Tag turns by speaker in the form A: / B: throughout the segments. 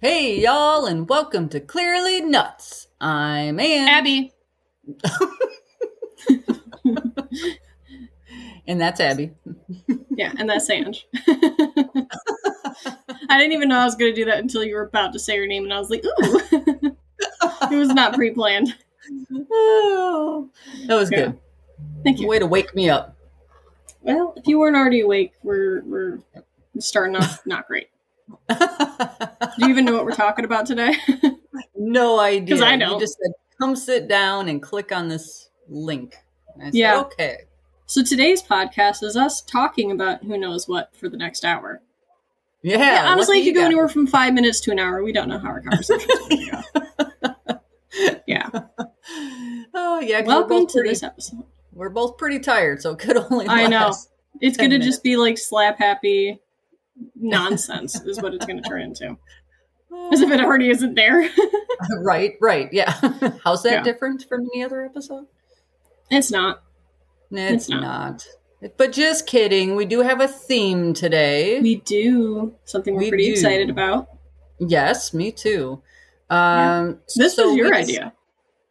A: Hey, y'all, and welcome to Clearly Nuts. I'm Ann.
B: Abby.
A: And that's Abby.
B: Yeah, and that's Ange. I didn't even know I was going to do that until you were about to say your name, and I was like, ooh. it was not pre planned.
A: Oh, that was
B: Yeah.
A: good.
B: Thank you.
A: Way to wake me up.
B: Well, if you weren't already awake, we're, we're starting off not great. Do you even know what we're talking about today?
A: no idea.
B: 'Cause I
A: You
B: don't.
A: just said, come sit down and click on this link. And I said,
B: Yeah.
A: okay.
B: so today's podcast is us talking about who knows what for the next hour.
A: Yeah.
B: Yeah, honestly,
A: lucky
B: it could go
A: got
B: anywhere from five minutes to an hour. We don't know how our conversation is going to go. Yeah.
A: it. Oh, yeah. 'cause we're
B: Welcome
A: both
B: to
A: pretty-
B: this episode.
A: We're both pretty tired, so it could only
B: I know.
A: last.
B: It's
A: 10
B: going to just be like slap happy nonsense, is what it's going to turn into. As if it already isn't there.
A: right, right. Yeah. How's that
B: Yeah.
A: different from any other episode?
B: it's not.
A: It's,
B: It's
A: not. But just kidding. We do have a theme today.
B: We do something we're
A: We
B: pretty
A: do.
B: excited about.
A: yes, me too. Um,
B: This
A: so
B: was your
A: we just-
B: idea.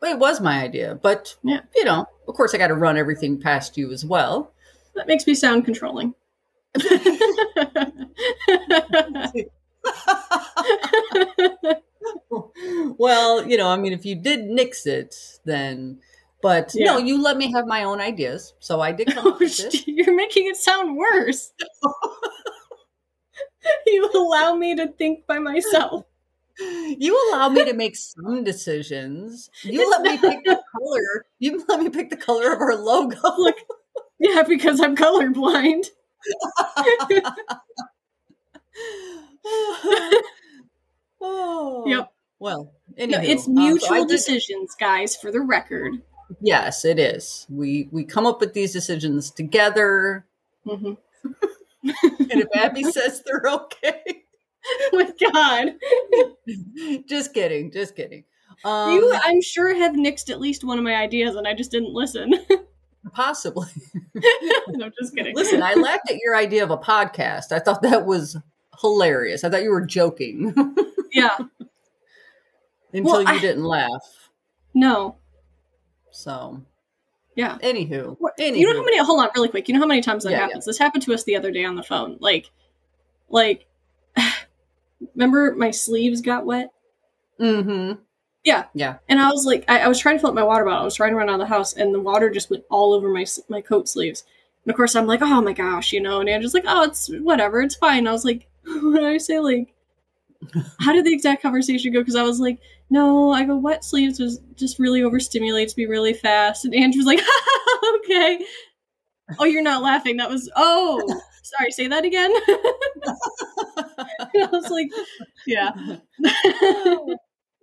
A: It was my idea, but
B: Yeah.
A: you know, of course, I got to run everything past you as well.
B: That makes me sound controlling.
A: well, you know, I mean, if you did nix it, then. But no,
B: Yeah.
A: you let me have my own ideas, so I did come
B: Oh,
A: up with this.
B: You're making it sound worse. you allow me to think by myself.
A: You allow me to make some decisions. You let me pick the color. You let me pick the color of our logo.
B: Look, Yeah, because I'm colorblind.
A: oh.
B: Yep.
A: Well, um,
B: No,
A: anyway,
B: it's mutual decisions, guys, for the record.
A: Yes, it is. We we come up with these decisions together,
B: Mhm.
A: and if Abby says they're okay,
B: With God.
A: just kidding, just kidding. Um,
B: you, I'm sure, have nixed at least one of my ideas, and I just didn't listen.
A: possibly
B: No, I'm just kidding.
A: listen. I laughed at your idea of a podcast. I thought that was hilarious. I thought you were joking
B: yeah,
A: until
B: Well,
A: you
B: I-
A: didn't laugh.
B: no,
A: So,
B: yeah.
A: anywho,
B: What-
A: anywho,
B: You know how many? Hold on, really quick. You know how many times that
A: Yeah, yeah.
B: happens? This happened to us the other day on the phone. Like, like, remember my sleeves got wet,
A: Mm-hmm.
B: and I was like, I, I was trying to fill up my water bottle. I was trying to run out of the house, and the water just went all over my s- my coat sleeves. And of course, I'm like, oh my gosh, you know. And Andrew's like, oh, it's whatever, it's fine. I was like, what did I say? Like, how did the exact conversation go? Because I was like, no, I go, wet sleeves was just really overstimulates me really fast. And Andrew's like, okay. Oh, you're not laughing. That was oh, sorry. Say that again. And I was like, yeah.
A: Mm-hmm.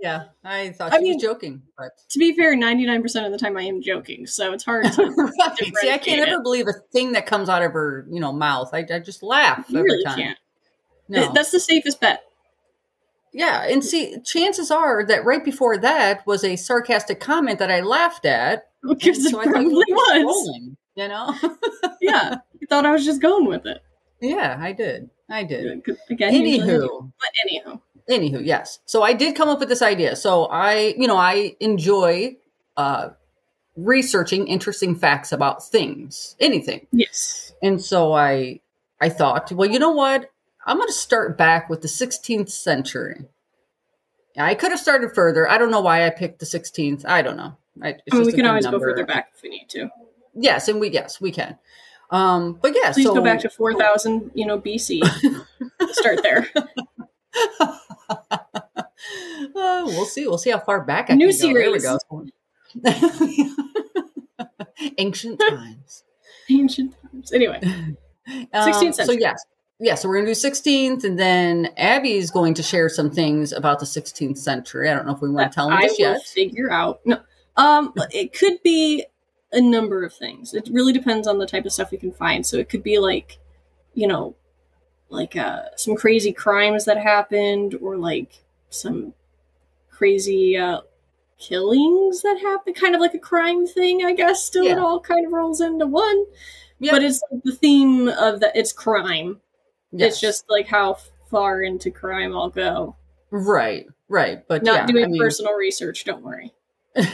A: yeah, I thought
B: I
A: she
B: mean-
A: was joking, but
B: to be fair, 99% of the time I am joking, so it's hard to
A: Right. See, I
B: differentiate
A: can't
B: it.
A: ever believe a thing that comes out of her, you know, mouth. I, I just laugh
B: You
A: every
B: really
A: time.
B: can't.
A: No.
B: That's the safest bet.
A: yeah, and see, chances are that right before that was a sarcastic comment that I laughed at.
B: Because it
A: so I thought
B: probably
A: you were
B: was.
A: trolling, you know?
B: yeah. I thought I was just going with it.
A: yeah, I did. I did.
B: Again, usually-
A: Anywho,
B: but anywho.
A: anywho, yes. So I did come up with this idea. So I, you know, I enjoy uh, researching interesting facts about things, anything.
B: Yes.
A: And so I I thought, well, you know what? I'm going to start back with the 16th century. I could have started further. I don't know why I picked the 16th. I don't know. I, it's
B: I mean, Oh, we
A: just a
B: can
A: good
B: always go
A: number.
B: further back if we need to.
A: Yes, and we yes we can. Um, but yeah,
B: Please
A: so
B: go back to 4000, you know, BC. Start there.
A: Uh, we'll see. We'll see how far back I
B: New
A: can go. There we
B: series.
A: go. Ancient times.
B: Ancient times. Anyway.
A: Um,
B: 16th
A: So
B: century.
A: yes, yeah. So we're gonna do 16th, and then Abby is going to share some things about the 16th century. I don't know if we want to tell them
B: I
A: just
B: will
A: yet.
B: figure out. No, um, it could be a number of things. It really depends on the type of stuff we can find. So it could be like, you know, like uh, some crazy crimes that happened, or like some crazy uh, killings that happened. Kind of like a crime thing, I guess. Still, it
A: Yeah.
B: all kind of rolls into one.
A: Yeah.
B: But it's like the theme of that. It's crime.
A: Yes.
B: It's just like how far into crime I'll go.
A: Right, right. But
B: Not
A: yeah,
B: doing
A: I mean-
B: personal research, don't worry.
A: but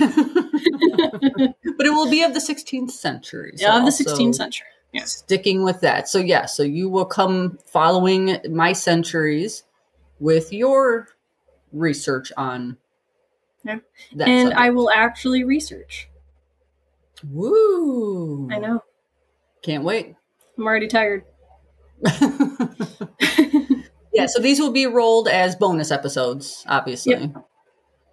A: it will be of the 16th century. so
B: yeah, of the
A: also
B: 16th century. Yeah.
A: Sticking with that. So, yeah, so you will come following my centuries with your research on
B: Yeah.
A: that.
B: and I
A: subject.
B: will actually research.
A: Woo!
B: I know.
A: Can't wait.
B: I'm already tired.
A: yeah, so these will be rolled as bonus episodes, obviously.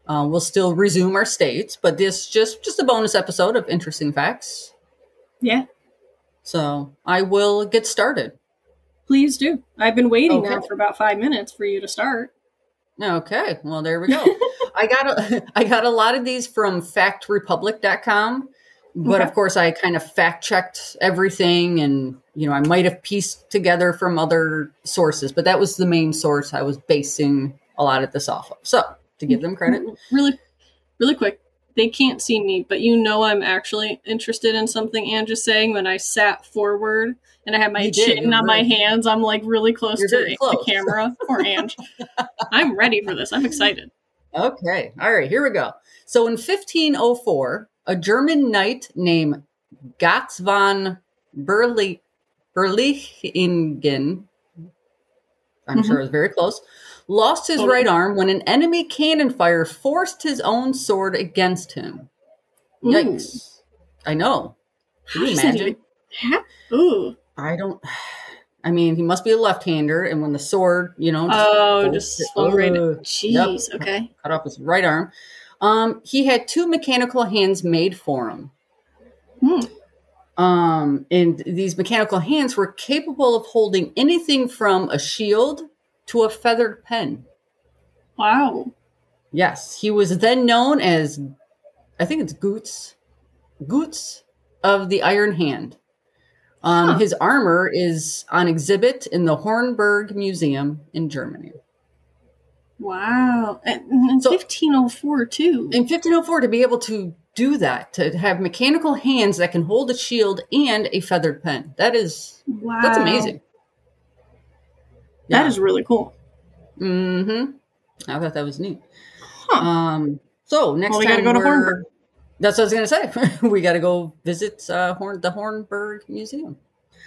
A: Uh, we'll still resume our states, but this just just a bonus episode of interesting facts.
B: yeah,
A: So I will get started.
B: please do. I've been waiting now
A: Okay.
B: for about five minutes for you to start.
A: Okay, well there we go. I got a, I got a lot of these from factrepublic.com, but of
B: Okay.
A: course I kind of fact checked everything and you know I might have pieced together from other sources, but that was the main source I was basing a lot of this off of. So to give them credit,
B: Really, really quick. They can't see me, but you know I'm actually interested in something Anne just saying when I sat forward and I had my
A: You did,
B: chin
A: you're
B: on my
A: very-
B: hands. I'm like really close
A: You're
B: to
A: very
B: the-
A: close.
B: the camera or Ange. I'm ready for this. I'm excited.
A: Okay. All right. Here we go. So in 1504, a German knight named Gotz von Berli- Berlichingen, I'm sure it was very close, lost his
B: Mm-hmm. Totally.
A: right arm when an enemy cannon fire forced his own sword against him.
B: Ooh.
A: Yikes. I know. Can
B: How
A: you
B: does that
A: imagine?
B: even happen? Ooh.
A: I don't. I mean, he must be a left-hander, and when the sword, you know, just
B: Oh,
A: bolted-
B: just swung right.
A: Ugh.
B: Jeez. Okay.
A: cut off his right arm. Um, he had two mechanical hands made for him.
B: Hmm.
A: Um, and these mechanical hands were capable of holding anything from a shield to a feathered pen.
B: Wow.
A: Yes, he was then known as, I think it's Goots, Goots of the Iron Hand. Um,
B: Huh.
A: His armor is on exhibit in the Hornburg Museum in Germany.
B: Wow. And, and
A: So-
B: 1504 too.
A: in 1504 to be able to do that to have mechanical hands that can hold a shield and a feathered pen that is
B: wow.
A: that's amazing
B: That is really cool.
A: mm-hmm i thought that was neat
B: Huh.
A: um so next
B: Well, we
A: time
B: gotta go to
A: we're-
B: Hornburg.
A: that's what i was gonna say we gotta go visit uh horn the hornburg museum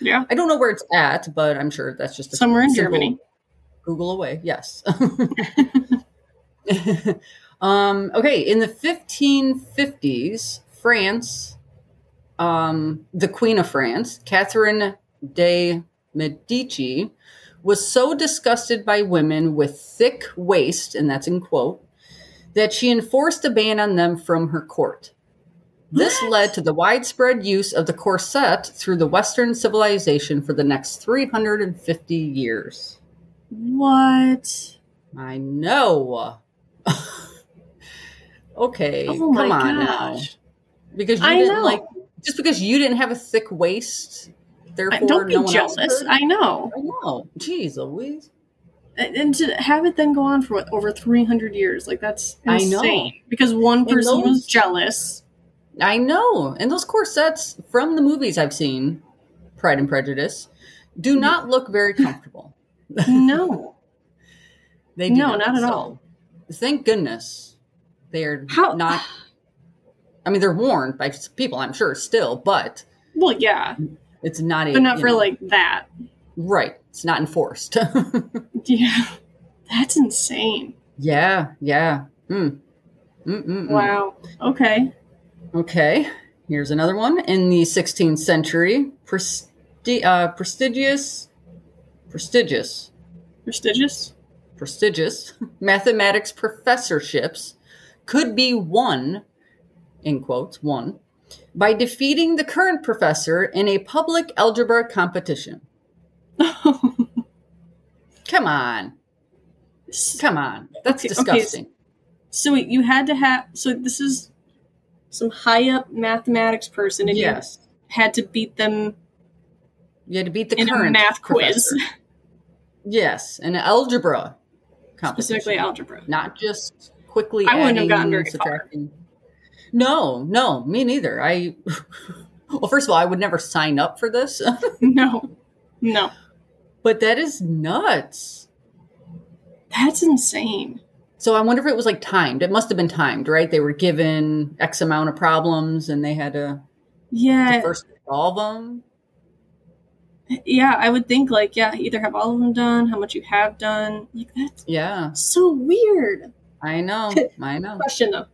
B: Yeah.
A: i don't know where it's at but i'm sure that's just a
B: Somewhere in
A: simple
B: Germany.
A: Google away. Yes. um, okay. In the 1550s, France, um, the Queen of France, Catherine de Medici, was so disgusted by women with thick waist, and that's in quote, that she enforced a ban on them from her court. This led to the widespread use of the corset through the Western civilization for the next 350 years.
B: What?
A: I know. okay,
B: Oh my
A: come on now.
B: gosh.
A: Because you
B: I
A: didn't
B: know.
A: like just because you didn't have a thick waist, therefore
B: I, don't be
A: no one else
B: jealous.
A: could?
B: I know.
A: I know. Jeez, Louise.
B: And, and to have it then go on for what, over 300 years, like that's
A: I know.
B: insane. Because one
A: And
B: person was
A: those-
B: jealous.
A: I know. And those corsets from the movies I've seen, Pride and Prejudice,
B: Mm-hmm.
A: do not look very comfortable.
B: No.
A: They do
B: No, not at
A: So,
B: all.
A: Thank goodness they are
B: How-
A: not. I mean, they're worn by people, I'm sure, still, but
B: Well, yeah,
A: it's not a.
B: but not
A: you
B: for
A: know,
B: like that.
A: Right. It's not enforced.
B: Yeah. That's insane.
A: yeah. Yeah. Mm.
B: Mm.
A: Mm-mm-mm.
B: Wow. Okay.
A: Okay. Here's another one. In the 16th century, presti- uh, prestigious, prestigious,
B: Prestigious.
A: prestigious mathematics professorships could be won, in quotes, won, by defeating the current professor in a public algebra competition. Come on. Come on. That's
B: Okay, okay,
A: disgusting.
B: So wait, you had to have. So this is some high up mathematics person, and
A: yes.
B: you had to beat them
A: You had to beat the
B: in
A: current
B: a math
A: professor.
B: quiz,
A: Yes, an algebra competition.
B: specifically algebra.
A: not just quickly.
B: I wouldn't have
A: adding,
B: gotten very far.
A: subtracting. No, no, me neither. I well, first of all, I would never sign up for this,
B: No, no,
A: but that is nuts.
B: That's insane.
A: So I wonder if it was like timed. It must have been timed, right? They were given X amount of problems and they had to,
B: Yeah.
A: to first solve them.
B: yeah, I would think like, yeah, either have all of them done, how much you have done. Like that's
A: Yeah,
B: so weird.
A: I know. I know.
B: Question though.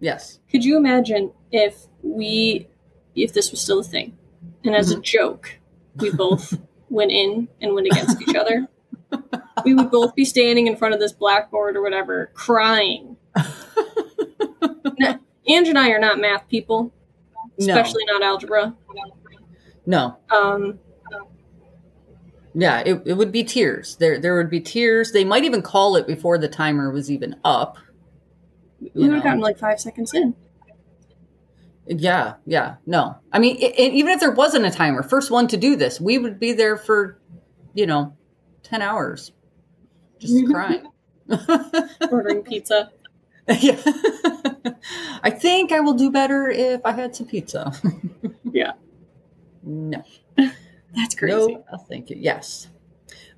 A: Yes.
B: Could you imagine if we if this was still a thing? And as a joke, we both went in and went against each other. We would both be standing in front of this blackboard or whatever, crying. now, Ange and I are not math people, especially not algebra.
A: No.
B: Um,
A: No. Yeah, it, it would be tears. There there would be tears. They might even call it before the timer was even up.
B: we
A: You
B: would
A: know.
B: have gotten like five seconds in.
A: Yeah, yeah. No. I mean, i and even if there wasn't a timer, first one to do this, we would be there for, you know, 10 hours just crying.
B: ordering pizza.
A: yeah. I think I will do better if I had some pizza.
B: Yeah.
A: No.
B: That's crazy.
A: No, oh, thank you. Yes.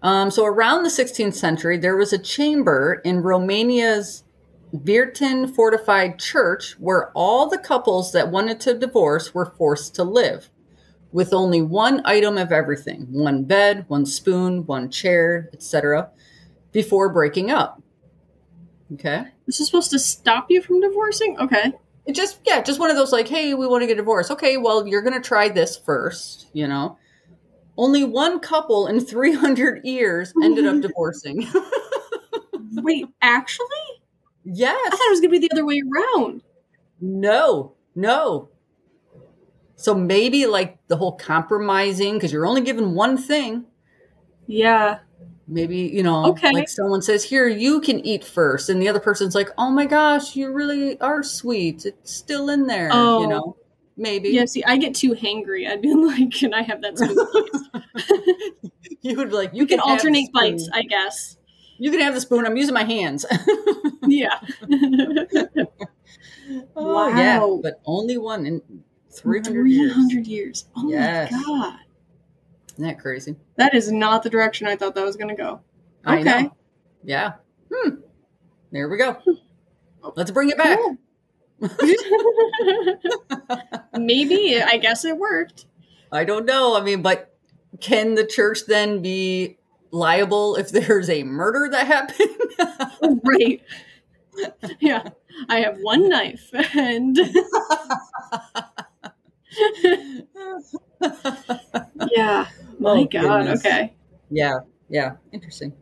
A: Um, so around the 16th century, there was a chamber in Romania's Virtin fortified church where all the couples that wanted to divorce were forced to live with only one item of everything one bed, one spoon, one chair, etc., before breaking up. Okay.
B: This is supposed to stop you from divorcing? Okay.
A: It just yeah, just one of those like, hey, we want to get divorced. Okay, well, you're gonna try this first, you know. Only one couple in 300 years ended up divorcing.
B: Wait, actually? I
A: yes.
B: thought it was going to be the other way around.
A: No. No. So maybe like the whole compromising because you're only given one thing.
B: Yeah.
A: Maybe you know,
B: Okay.
A: like someone says, "Here, you can eat first. and the other person's like, "Oh my gosh, you really are sweet. It's still in there."
B: Oh.
A: You know, maybe
B: Yeah, see, I get too hangry. I'd be like, can I have that spoon?
A: you would like you
B: we can
A: have
B: alternate
A: spoon.
B: bites, I guess.
A: You can have the spoon. I'm using my hands.
B: Yeah.
A: Oh, yeah,
B: Wow.
A: but only one in 300 years.
B: 300 years. Oh
A: Yes.
B: my God.
A: Isn't that crazy?
B: That is not the direction I thought that was going to go.
A: I
B: Okay.
A: know. Yeah. Hmm. There we go. Let's bring it back.
B: Cool. Maybe. I guess it worked.
A: I don't know. I mean, but can the church then be liable if there's a murder that happened?
B: right. Yeah. I have one knife and yeah. My
A: Oh,
B: God.
A: goodness.
B: Okay.
A: Yeah, yeah, interesting.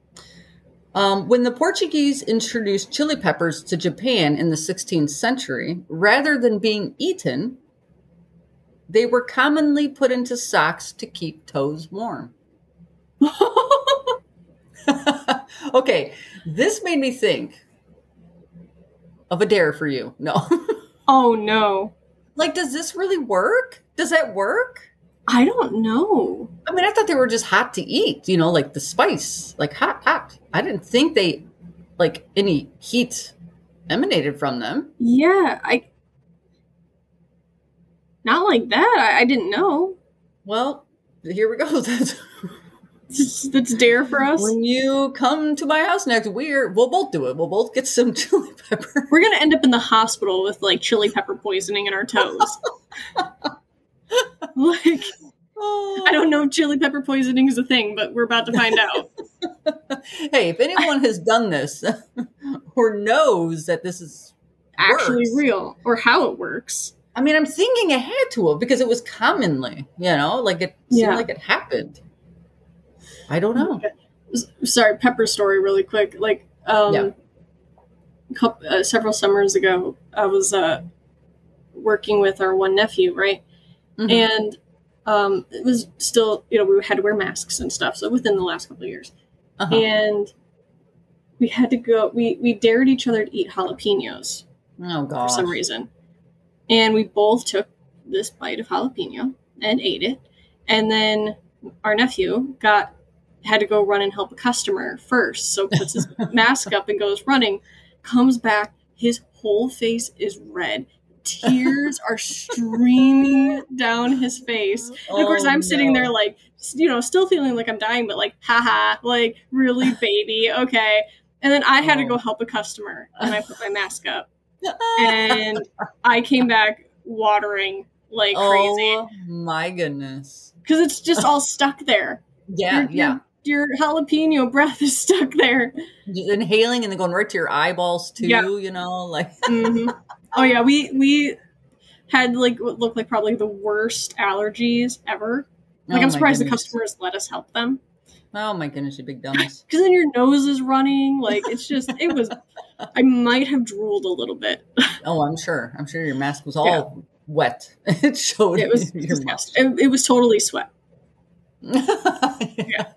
A: Um, when the Portuguese introduced chili peppers to Japan in the 16th century, rather than being eaten, they were commonly put into socks to keep toes warm. okay, this made me think of a dare for you. No.
B: oh no.
A: like, does this really work? Does that work?
B: I don't know.
A: I mean, I thought they were just hot to eat, you know, like the spice, like hot, hot. I didn't think they, like, any heat emanated from them.
B: Yeah, I not like that. I, I didn't know.
A: Well, here we go. That's-
B: That's that's dare for us.
A: when you come to my house next, we're we'll both do it. We'll both get some chili pepper.
B: We're gonna end up in the hospital with like chili pepper poisoning in our toes. like
A: Oh.
B: I don't know if chili pepper poisoning is a thing, but we're about to find out.
A: Hey, if anyone has done this or knows that this is,
B: Actually
A: Works.
B: real or how it works.
A: I mean, I'm thinking it had to have because it was commonly, you know, like it seemed
B: Yeah.
A: like it happened. I don't know.
B: S- sorry, Pepper story really quick. Like, um,
A: Yeah.
B: coup uh, several summers ago, I was uh, working with our one nephew, right?
A: Mhm.
B: And um, it was still, you know, we had to wear masks and stuff. So within the last couple of years,
A: Uh-huh.
B: and we had to go. We we dared each other to eat jalapenos
A: Oh god.
B: for some reason. And we both took this bite of jalapeno and ate it. And then our nephew got had to go run and help a customer first. So puts his mask up and goes running, comes back, his whole face is red. Tears are streaming down his face. And of course,
A: Oh,
B: I'm sitting
A: no.
B: there like, s- you know, still feeling like I'm dying, but like, haha, like, really, baby, okay. And then I had to
A: Oh.
B: go help a customer, and I put my mask up, and I came back watering like crazy
A: Oh my goodness.
B: because it's just all stuck there.
A: Yeah,
B: Your-
A: yeah.
B: Your jalapeno breath is stuck there.
A: Just inhaling and then going right to your eyeballs too,
B: Yeah.
A: you know, like
B: hmm Oh yeah, we we had like what looked like probably the worst allergies ever. Like
A: Oh my
B: I'm surprised the
A: goodness.
B: customers let us help them
A: Oh my goodness, you big dummies.
B: because then your nose is running. Like it's just it was. I might have drooled a little bit.
A: Oh, I'm sure. I'm sure your mask was all
B: Yeah.
A: wet. It showed
B: It was
A: in your mouth.
B: disgusting. It, it was totally sweat.
A: yeah.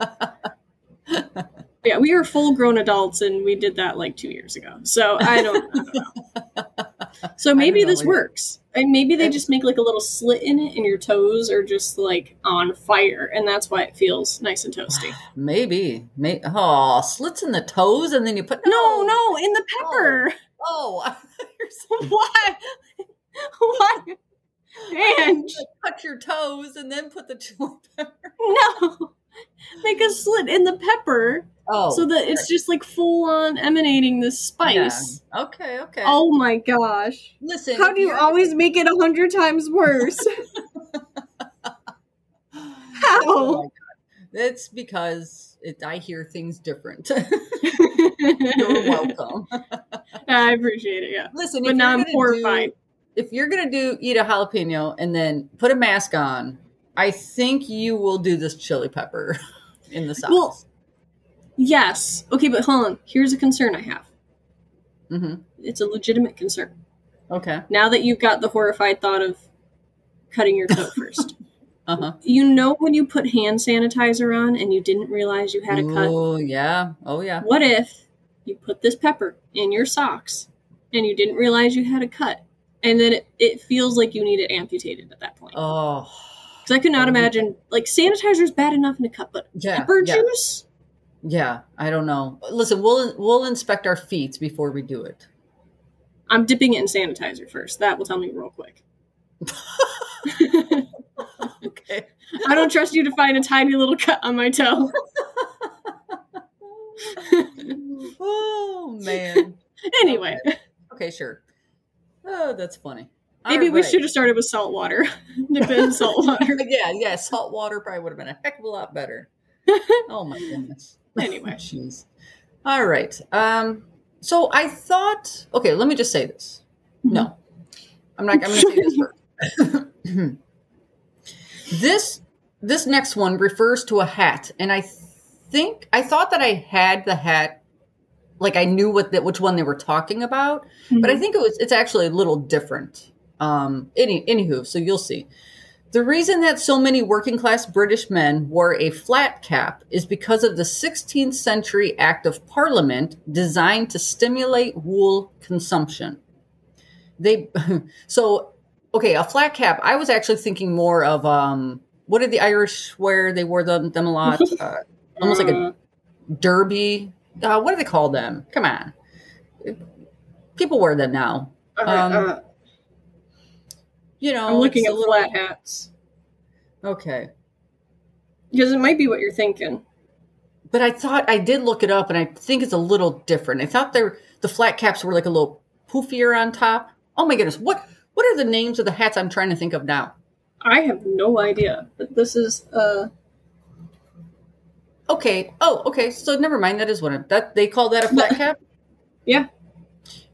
B: Yeah, we are full grown adults, and we did that like two years ago. So I don't, I don't know. So maybe
A: know
B: this
A: either.
B: works. And maybe they
A: I-
B: just make like a little slit in it, and your toes are just like on fire, and that's why it feels nice and toasty.
A: Maybe. May- oh, slits in the toes and then you put
B: No, no, in the
A: No.
B: pepper.
A: Oh, you're so
B: Why? Why? And
A: cut your toes and then put the chili pepper.
B: no. Make a slit in the pepper
A: Oh.
B: so that it's just like full on emanating this spice.
A: yeah. Okay, okay.
B: Oh my gosh.
A: Listen.
B: How
A: if
B: do you
A: you're-
B: always make it a hundred times worse?
A: Oh my
B: How?
A: God. That's because it, I hear things different. You're
B: I
A: welcome.
B: appreciate it, yeah.
A: Listen,
B: But
A: if
B: now
A: you're
B: I'm
A: gonna
B: horrified.
A: Do, if you're gonna do eat a jalapeno and then put a mask on, I think you will do this chili pepper in the sauce.
B: Well- Yes. Okay, but hold on. Here's a concern I have.
A: hmm
B: It's a legitimate concern.
A: Okay.
B: now that you've got the horrified thought of cutting your toe first,
A: Uh huh.
B: you know when you put hand sanitizer on and you didn't realize you had a cut?
A: Oh yeah. Oh yeah.
B: What if you put this pepper in your socks and you didn't realize you had a cut? And then it, it feels like you need it amputated at that point.
A: Oh
B: Because I could
A: Oh.
B: not imagine, like, sanitizer is bad enough in a cup, but
A: yeah.
B: pepper
A: yeah.
B: juice?
A: Yeah, I don't know. Listen, we'll we'll inspect our feet before we do it.
B: I'm dipping it in sanitizer first. That will tell me real quick.
A: Okay.
B: I don't trust you to find a tiny little cut on my toe.
A: oh man.
B: anyway,
A: Okay, sure. Oh, that's funny. All
B: Maybe we
A: right.
B: should have started with salt water. Dip it in salt water.
A: Yeah, yeah. Salt water probably would have been a heck of a lot better. oh my goodness.
B: Anyway.
A: Jeez. All right. Um. So I thought. Okay, let me just say this.
B: Mm-hmm.
A: No, I'm not. I'm going to say this first. this this next one refers to a hat, and I think I thought that I had the hat, like I knew what that which one they were talking about, but I think it was it's actually a little different. Um, any anywho, so you'll see. The reason that so many working class British men wore a flat cap is because of the 16th century Act of Parliament designed to stimulate wool consumption. They so okay, a flat cap. I was actually thinking more of um, what did the Irish wear? They wore them, them a lot, uh, almost like a
B: Uh,
A: derby. Uh, what do they call them? Come on, people wear them now.
B: all right,
A: um,
B: uh,
A: You know,
B: I'm looking
A: it's
B: at
A: a little-
B: flat hats
A: Okay,
B: because it might be what you're thinking.
A: But I thought I did look it up, and I think it's a little different. I thought they were, the flat caps were like a little poofier on top. Oh my goodness, what what are the names of the hats I'm trying to think of now?
B: I have no idea, but this is uh,
A: Okay, oh okay, so never mind. That is what I'm, that they call that a flat cap.
B: Yeah.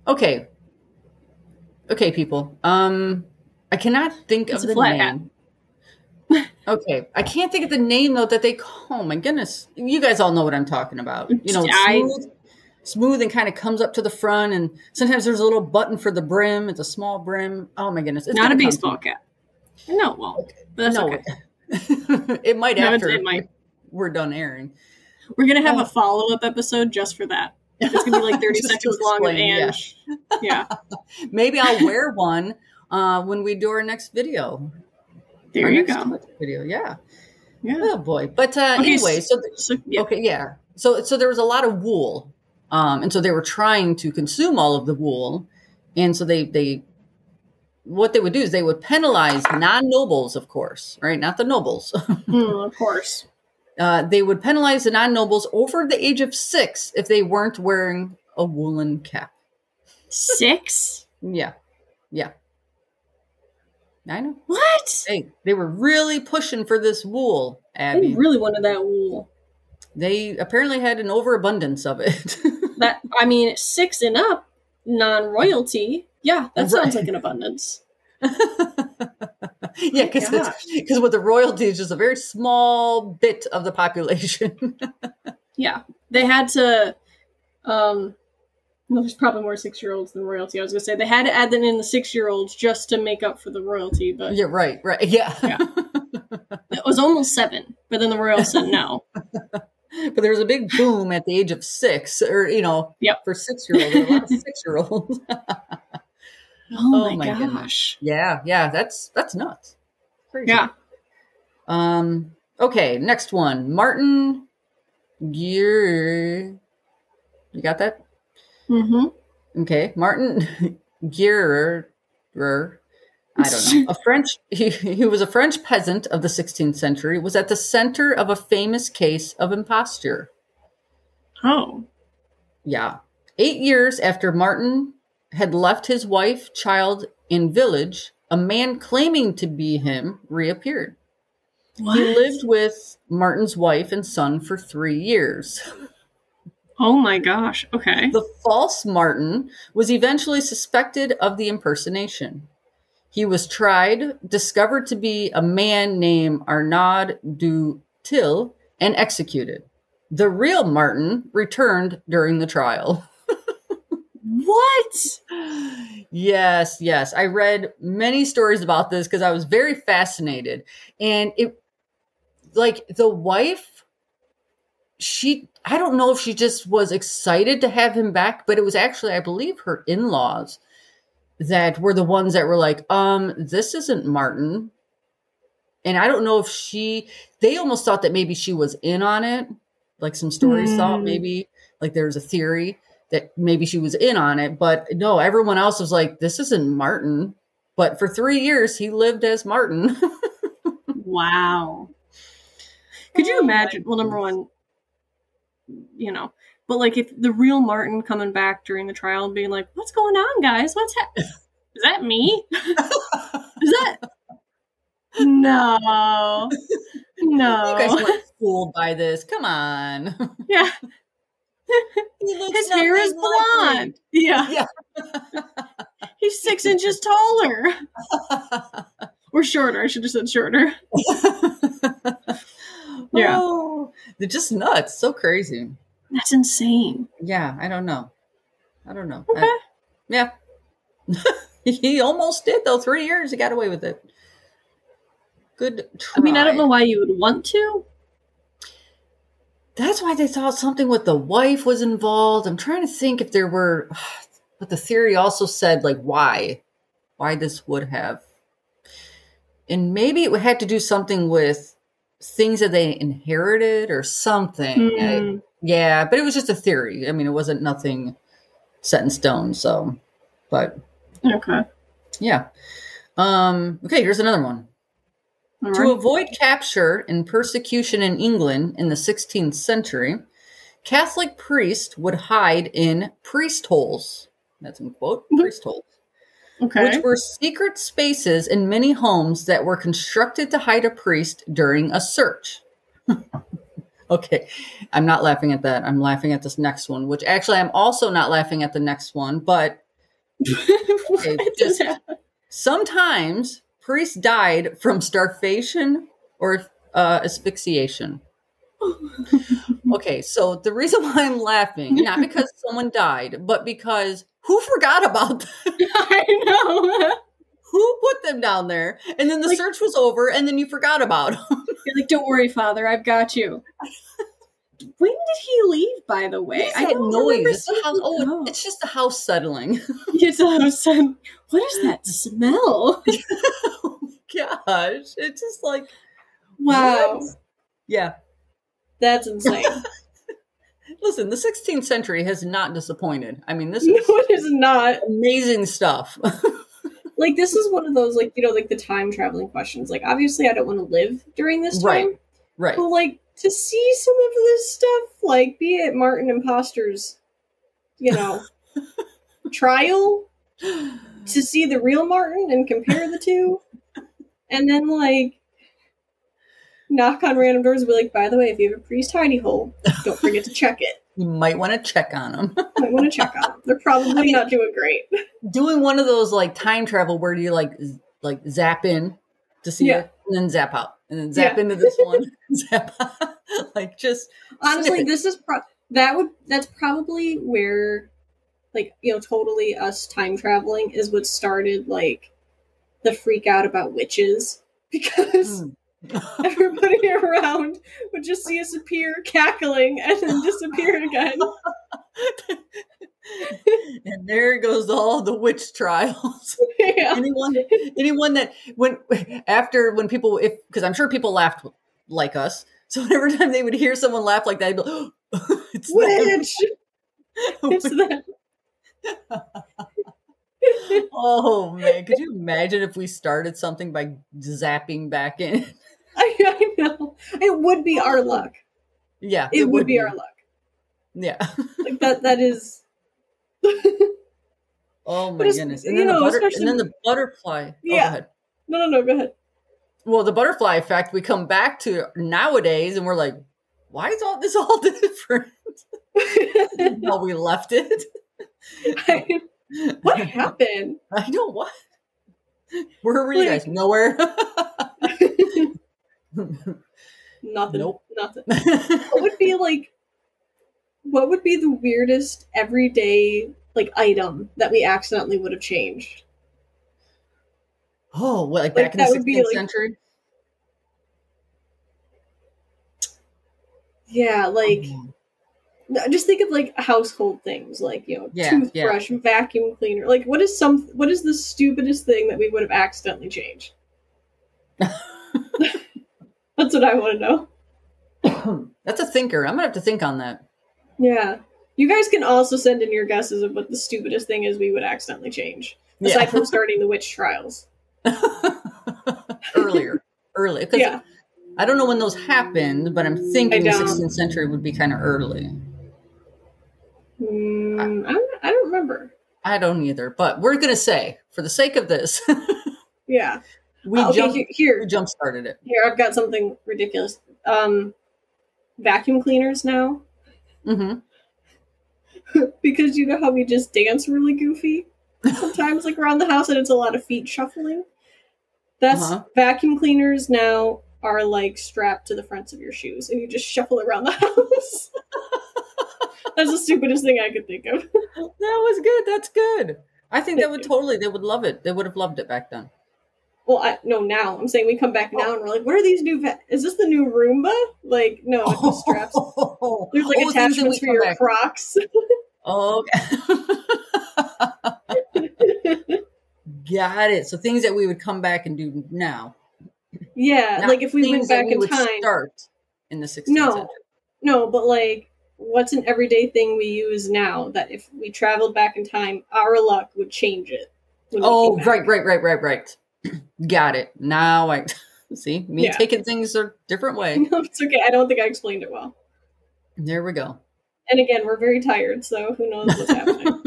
A: Okay. Okay, people. Um, I cannot think
B: It's a
A: of the
B: flat hat.
A: name. okay, I can't think of the name though that they. call. Oh my goodness, you guys all know what I'm talking about. You know, it's
B: I-
A: smooth, smooth and kind of comes up to the front, and sometimes there's a little button for the brim. It's a small brim. Oh my goodness, it's
B: not
A: gonna
B: a
A: come.
B: baseball cap. No, it won't. But that's
A: No,
B: okay.
A: it might
B: No, it's,
A: after
B: it might.
A: we're done airing.
B: We're gonna have
A: Oh.
B: a follow up episode just for that. It's gonna be like 30
A: Just to
B: seconds long, and
A: explain, yeah.
B: yeah,
A: Maybe I'll wear one uh, when we do our next video.
B: there
A: Our
B: you
A: next
B: go.
A: Video, yeah.
B: Yeah.
A: Oh boy. But uh,
B: Okay,
A: anyway,
B: s-
A: so th-
B: So yeah,
A: okay, yeah. So so there was a lot of wool, um, and so they were trying to consume all of the wool, and so they they what they would do is they would penalize non nobles, of course, right? Not the nobles,
B: Mm, Oh, of course.
A: Uh, they would penalize the non nobles over the age of six if they weren't wearing a woolen cap.
B: Six?
A: Yeah. Yeah. I know.
B: What?
A: Hey, they were really pushing for this wool, Abby.
B: They really wanted that wool.
A: They apparently had an overabundance of it.
B: That I mean, six and up, non royalty. Yeah, that
A: Right.
B: sounds like an abundance. Oh
A: yeah, because because with the royalty is just a very small bit of the population.
B: Yeah, they had to. Um, well, there's probably more six year olds than royalty. I was gonna say they had to add them in the six year olds just to make up for the royalty, but
A: yeah, right, right. Yeah.
B: Yeah. it was almost seven. But then the royal said no.
A: but there was a big boom at the age of six, or you know,
B: Yep.
A: for six year olds, a lot of six year olds.
B: Oh,
A: Oh
B: my,
A: my goodness.
B: gosh!
A: yeah, yeah, that's that's nuts. Crazy.
B: Yeah,
A: Um. Okay. Next one, Martin Gear. You got that?
B: mm-hmm.
A: Okay, Martin Guerer, I don't know, a French. He, he was a French peasant of the 16th century. Was at the center of a famous case of imposture.
B: Oh,
A: Yeah, eight years after Martin had left his wife, child, and village, a man claiming to be him reappeared.
B: what?
A: He lived with Martin's wife and son for three years.
B: Oh my gosh! Okay.
A: The false Martin was eventually suspected of the impersonation. He was tried, discovered to be a man named Arnaud du Til, and executed. The real Martin returned during the trial.
B: What?
A: Yes, yes. I read many stories about this because I was very fascinated. And it, like, the wife, she, I don't know if she just was excited to have him back, but it was actually, I believe, her in laws that were the ones that were like, um, this isn't Martin. And I don't know if she, they almost thought that maybe she was in on it. Like some stories thought
B: Hmm.
A: maybe, like there was a theory that maybe she was in on it, but no, everyone else was like, this isn't Martin. But for three years, he lived as Martin.
B: Wow. Could you
A: Oh my
B: imagine? Well, number one,
A: goodness.
B: you know, but like if the real Martin coming back during the trial and being like, "What's going on, guys? What's hap Is that me? Is that no, no?
A: You guys weren't fooled by this. Come on.
B: yeah,
A: He looks
B: his hair is
A: nothing like me.
B: blonde. Yeah, he's six inches taller or shorter. I should have said shorter. Yeah.
A: Oh, they're just nuts. So crazy.
B: That's insane.
A: Yeah, I don't know. I don't know. I-
B: Okay.
A: yeah. he almost did, though. Three years. He got away with it. Good try.
B: I mean, I don't know why you would want to.
A: That's why they thought something with the wife was involved. I'm trying to think if there were, but the theory also said like why, why this would have, and maybe it had to do something with things that they inherited or something. I-
B: Mm,
A: yeah, but it was just a theory. I mean, it wasn't nothing set in stone. So, but
B: okay.
A: yeah. Um, okay, here's another one.
B: All
A: To
B: right.
A: avoid capture and persecution in England in the 16th century, Catholic priests would hide in priest holes. That's in quote, priest holes,
B: Okay.
A: which were secret spaces in many homes that were constructed to hide a priest during a search. okay, I'm not laughing at that. I'm laughing at this next one, which actually I'm also not laughing at the next one, but
B: What
A: Okay,
B: does
A: just-
B: that-
A: Sometimes priests died from starvation or uh, asphyxiation. okay, so the reason why I'm laughing, not because someone died, but because who forgot about them?
B: I know.
A: Who put them down there? And then the
B: Like-
A: search was over, and then you forgot about them.
B: You're like, don't worry, Father, I've got you. When did he leave, by the way?
A: It's that
B: don't
A: noise.
B: remember
A: It's, the
B: seeing
A: house,
B: him
A: oh,
B: go.
A: it's just the house settling.
B: It's a house and- What is that smell?
A: Gosh, it's just like,
B: Wow.
A: What? yeah.
B: That's insane.
A: Listen, the 16th century has not disappointed. I mean, this
B: no,
A: is
B: it is not.
A: amazing stuff.
B: Like, this is one of those, like, you know, like the time traveling questions. Like, obviously, I don't want to live during this time.
A: Right.
B: But, like, to see some of this stuff, like be it Martin Imposter's, you know, trial to see the real Martin and compare the two, and then like knock on random doors and be like, by the way, if you have a priest hidey hole, don't forget to check it.
A: You might want to check on them.
B: I want to check on them. They're probably
A: I mean-
B: not doing great.
A: Doing one of those like time travel where you like z- like zap in to see
B: Yeah.
A: it and then zap out and then zap
B: Yeah.
A: into this one, zap out. like just
B: honestly
A: snippet.
B: this is pro- that would that's probably where like you know totally us time traveling is what started like the freak out about witches because
A: Mm.
B: Hmm. everybody around would just see us appear cackling and then disappear again
A: and there goes all the witch trials.
B: yeah.
A: anyone anyone that when after when people if because I'm sure people laughed like us. So every time they would hear someone laugh like that, they'd be like, it's that
B: witch It's that-
A: oh man, could you imagine if we started something by zapping back in?
B: I, I know it would be our luck
A: Yeah,
B: it, would, be, our luck
A: yeah.
B: like that that is
A: Oh my
B: it's-
A: goodness! And
B: you
A: then, the
B: know,
A: butter, and then
B: especially-
A: the butterfly. Yeah.
B: Yeah. no no no go ahead
A: Well, the butterfly effect we come back to nowadays, and we're like, why is all this all different? How we left it.
B: what happened
A: I know what. Where were you
B: Like-
A: guys? Nowhere.
B: nothing
A: Nope.
B: nothing what would be like what would be the weirdest everyday like item that we accidentally would have changed
A: oh, what, like back in
B: that
A: the
B: would be,
A: 16th
B: like-
A: century.
B: yeah like
A: Mm.
B: no, just think of like household things like you know
A: Yeah,
B: toothbrush vacuum cleaner like what is some what is the stupidest thing that we would have accidentally changed that's what i want to know
A: That's a thinker. I'm gonna have to think on that.
B: yeah you guys can also send in your guesses of what the stupidest thing is we would accidentally change aside from starting the witch trials
A: earlier, early. 'Cause
B: yeah
A: I don't know when those happened, but I'm thinking the
B: don't.
A: 16th century would be kind of early. Uh,
B: Mm, I, don't, I don't remember
A: I don't either, but we're gonna say, for the sake of this,
B: yeah Oh,
A: we
B: okay,
A: jump
B: he-
A: we
B: here,
A: jump started it.
B: here, I've got something ridiculous. Um, vacuum cleaners now,
A: hmm
B: because you know how we just dance really goofy sometimes, like around the house, and it's a lot of feet shuffling. That's
A: Uh-huh.
B: vacuum cleaners now are like strapped to the fronts of your shoes, and you just shuffle around the house. That's the stupidest thing I could think of.
A: That was good. That's good. I think they
B: Thank
A: would
B: you.
A: totally. They would love it. They would have loved it back then.
B: Well, I, no, now I'm saying we come back now and we're like, what are these new? Va- is this the new Roomba? Like, no, it's just straps.
A: Oh,
B: There's like
A: things that
B: attachments
A: we
B: for
A: come
B: your
A: back-
B: Crocs.
A: Oh, okay. got it. So things that we would come back and do now.
B: Yeah,
A: Not
B: like if we went
A: things that
B: back
A: we
B: in
A: would
B: time.
A: start in the 16th
B: No.
A: century.
B: No, but like what's an everyday thing we use now that if we traveled back in time, our luck would change it. when we
A: Oh,
B: came back?
A: right, right, right, right, right. Got it. Now I see me
B: Yeah.
A: taking things a different way.
B: No, it's okay. I don't think I explained it well.
A: There we go.
B: And again, we're very tired, so who knows what's happening.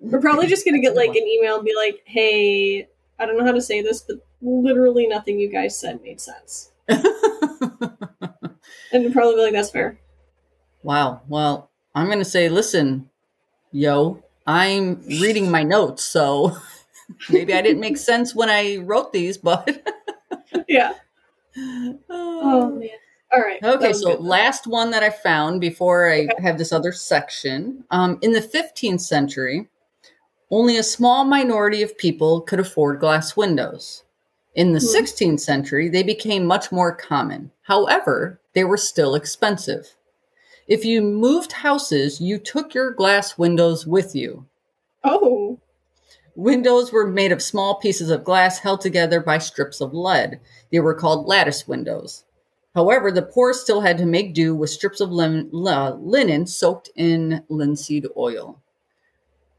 B: We're probably just gonna get like an email and be like, hey, I don't know how to say this, but literally nothing you guys said made sense. And we'll probably be like, that's fair.
A: wow. Well, I'm going to say, listen, yo, I'm reading my notes, so maybe I didn't make sense when I wrote these, but.
B: Yeah. Oh
A: Oh,
B: man. All right. that
A: Okay,
B: was
A: so
B: good.
A: last one that I found before I have this other section. Um, in the 15th century, only a small minority of people could afford glass windows. In the
B: Hmm.
A: 16th century, they became much more common. However, they were still expensive. If you moved houses, you took your glass windows with you.
B: Oh.
A: Windows were made of small pieces of glass held together by strips of lead. They were called lattice windows. However, the poor still had to make do with strips of lin- uh, linen soaked in linseed oil.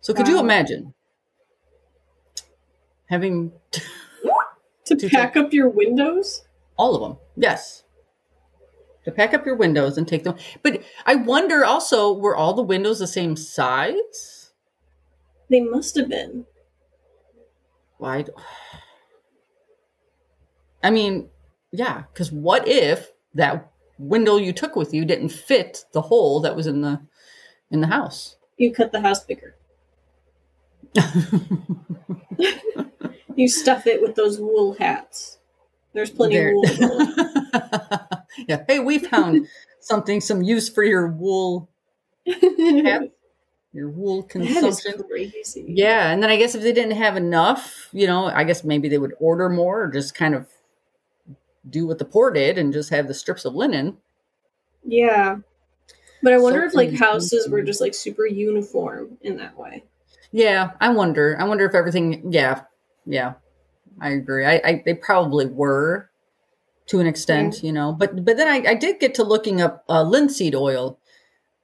A: So, could you
B: Wow.
A: imagine having
B: To
A: Two
B: pack up your windows?
A: all of them? Yes. to pack up your windows and take them. But I wonder also, were all the windows the same size?
B: They must have been.
A: Why? do- I mean, yeah, because what if that window you took with you didn't fit the hole that was in the in the house?
B: You cut the house bigger. You stuff it with those wool hats. There's plenty
A: There-
B: of wool.
A: yeah. Hey, we found something, some use for your wool,
B: that
A: your wool
B: is
A: consumption.
B: crazy.
A: Yeah, and then I guess if they didn't have enough, you know, I guess maybe they would order more or just kind of do what the poor did and just have the strips of linen.
B: Yeah. But I wonder if like
A: Something
B: houses were
A: different.
B: just like super uniform in that way.
A: Yeah, I wonder. I wonder if everything. Yeah, yeah, I agree. I, I they probably were to an extent, you know. But but then I, I did get to looking up uh, linseed oil,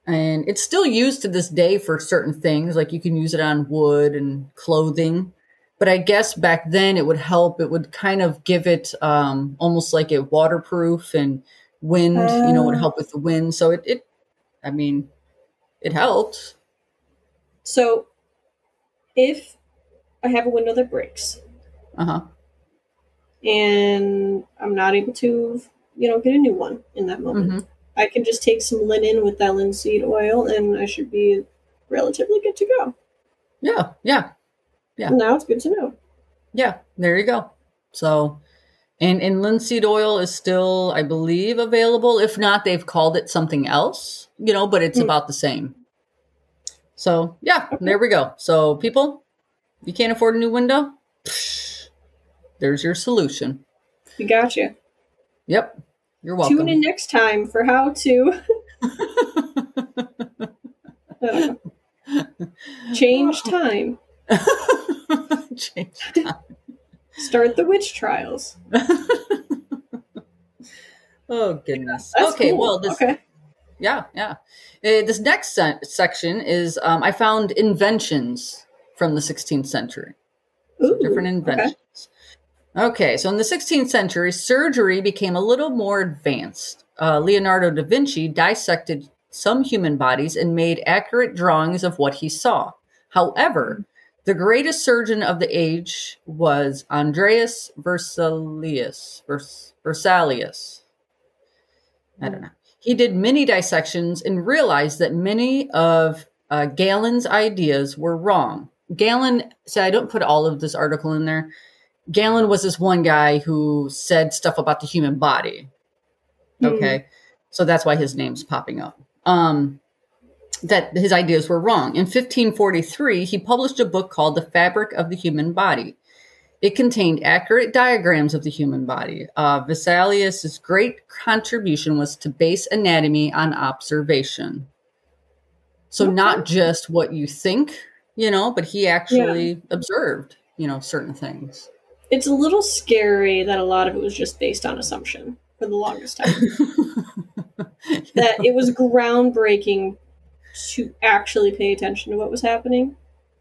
A: and it's still used to this day for certain things. Like you can use it on wood and clothing. But I guess back then it would help. It would kind of give it um, almost like a waterproof and wind. You know, would
B: Oh.
A: help with the wind. So it, it I mean, it helped.
B: So if I have a window that breaks
A: Uh huh.
B: and I'm not able to, you know, get a new one in that moment,
A: hmm
B: I can just take some linen with that linseed oil and I should be relatively good to go.
A: Yeah. Yeah. Yeah.
B: Now it's good to know.
A: Yeah, there you go. So, and and linseed oil is still, I believe, available. If not, they've called it something else, you know, but it's
B: Mm.
A: about the same. So, yeah,
B: Okay.
A: there we go. So, people, you can't afford a new window? Psh, There's your solution.
B: We got you.
A: Yep. You're welcome.
B: Tune in next time for how to uh, change time,
A: Change.
B: start the witch trials.
A: Oh goodness.
B: That's
A: okay,
B: cool.
A: well, this
B: okay.
A: Yeah, yeah. Uh, this next se- section is um, I found inventions from the 16th century,
B: Ooh,
A: different
B: okay.
A: inventions. Okay. so in the 16th century, surgery became a little more advanced. Uh, Leonardo da Vinci dissected some human bodies and made accurate drawings of what he saw. However, the greatest surgeon of the age was Andreas Vesalius. Vers- Vesalius. I don't know. He did many dissections and realized that many of uh, Galen's ideas were wrong. Galen, so I don't put all of this article in there. Galen was this one guy who said stuff about the human body.
B: Hmm.
A: Okay. So that's why his name's popping up. Um, that his ideas were wrong. In 1543, he published a book called The Fabric of the Human Body. It contained accurate diagrams of the human body. Uh, Vesalius's great contribution was to base anatomy on observation. So
B: Okay.
A: not just what you think, you know, but he actually observed, you know, certain things.
B: It's a little scary that a lot of it was just based on assumption for the longest time. that it was groundbreaking to actually pay attention to what was happening.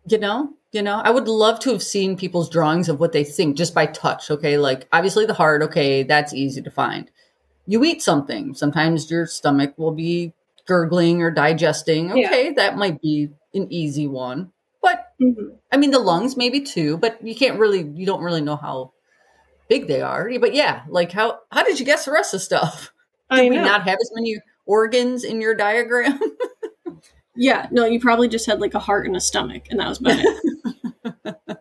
A: You know, you know, I would love to have seen people's drawings of what they think just by touch. Okay, like obviously the heart. Okay, that's easy to find. You eat something. Sometimes your stomach will be gurgling or digesting.
B: Yeah.
A: Okay, that might be an easy one. But
B: Mhm.
A: I mean, the lungs maybe too. But you can't really, you don't really know how big they are. But yeah, like how how did you guess the rest of the stuff?
B: I
A: Did we
B: know.
A: not have as many organs in your diagram?
B: yeah, no, you probably just had like a heart and a stomach, and that was about it.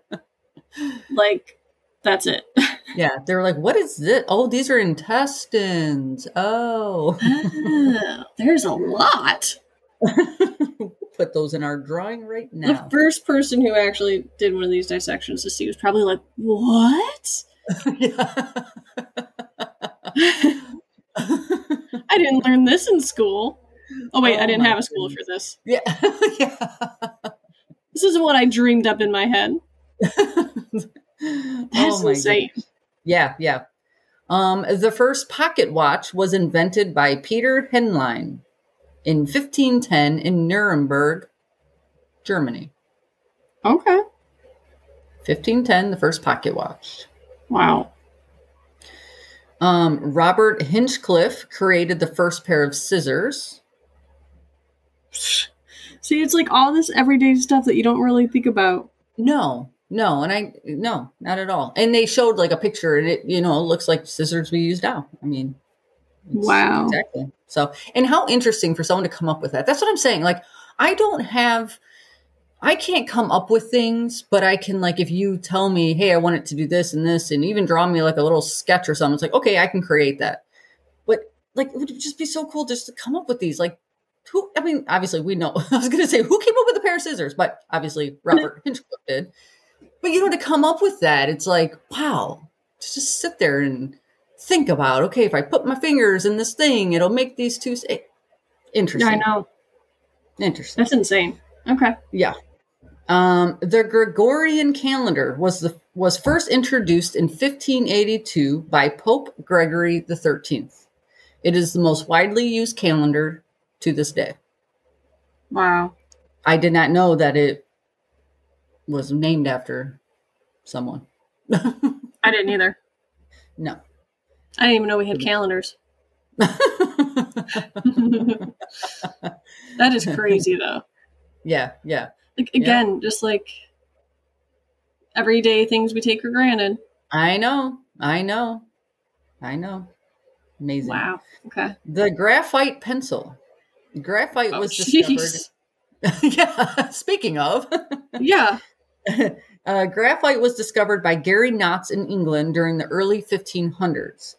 B: like, that's it.
A: yeah, they were like, what is this? Oh, these are intestines. Oh.
B: Oh, there's a lot.
A: put those in our drawing right
B: The
A: now.
B: first person who actually did one of these dissections to see was probably like, "What?
A: Yeah.
B: I didn't learn this in school." Oh wait,
A: Oh
B: I didn't
A: my
B: have a school for this.
A: yeah. yeah.
B: This isn't what I dreamed up in my head. That's
A: oh my
B: insane.
A: goodness. Yeah, yeah. Um, the first pocket watch was invented by Peter Henlein in 1510 in Nuremberg, Germany.
B: Okay.
A: 1510, the first pocket watch.
B: Wow.
A: Um, Robert Hinchcliffe created the first pair of scissors.
B: See, it's like all this everyday stuff that you don't really think about.
A: No, no, and I no, not at all. And they showed like a picture, and it you know looks like scissors we use now. I mean, it's-
B: Wow.
A: exactly. So, and how interesting for someone to come up with that. That's what I'm saying. Like, I don't have, I can't come up with things, but I can like if you tell me, hey, I want it to do this and this, and even draw me like a little sketch or something. It's like, okay, I can create that. But like, it would just be so cool just to come up with these. Like, who? I mean, obviously we know. I was gonna say who came up with a pair of scissors, but obviously Robert Hinchcliffe did. But you know, to come up with that, it's like, wow, to just sit there and think about okay if i put my fingers in this thing it'll make these two s- eh, interesting
B: I know.
A: interesting
B: That's insane. Okay.
A: yeah um the gregorian calendar was the was first introduced in 1582 by pope gregory the 13th it is the most widely used calendar to this day
B: Wow.
A: i did not know that it was named after someone
B: I didn't either.
A: no
B: I didn't even know we had calendars. that is crazy though.
A: yeah yeah
B: Like
A: Yeah.
B: again, just like everyday things we take for granted.
A: i know i know i know amazing
B: Wow. Okay.
A: The graphite pencil. Graphite
B: Oh,
A: was
B: jeez.
A: discovered. yeah, speaking of,
B: Yeah.
A: uh, graphite was discovered by Gary Knotts in England during the early 1500s.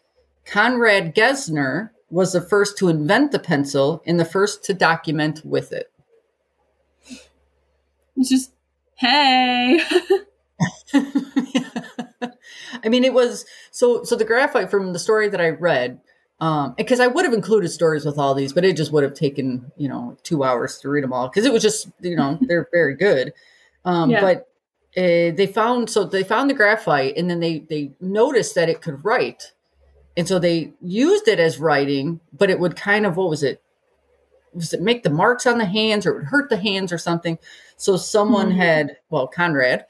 A: Conrad Gesner was the first to invent the pencil and the first to document with it.
B: It's just hey.
A: I mean, it was so. So the graphite from the story that I read, um, because I would have included stories with all these, but it just would have taken you know two hours to read them all because it was just you know they're very good. Um,
B: Yeah.
A: But uh, they found so they found the graphite, and then they they noticed that it could write, and so they used it as writing, but it would kind of what was it? Was it make the marks on the hands, or it would hurt the hands, or something? So someone
B: Mhm.
A: had, well, Conrad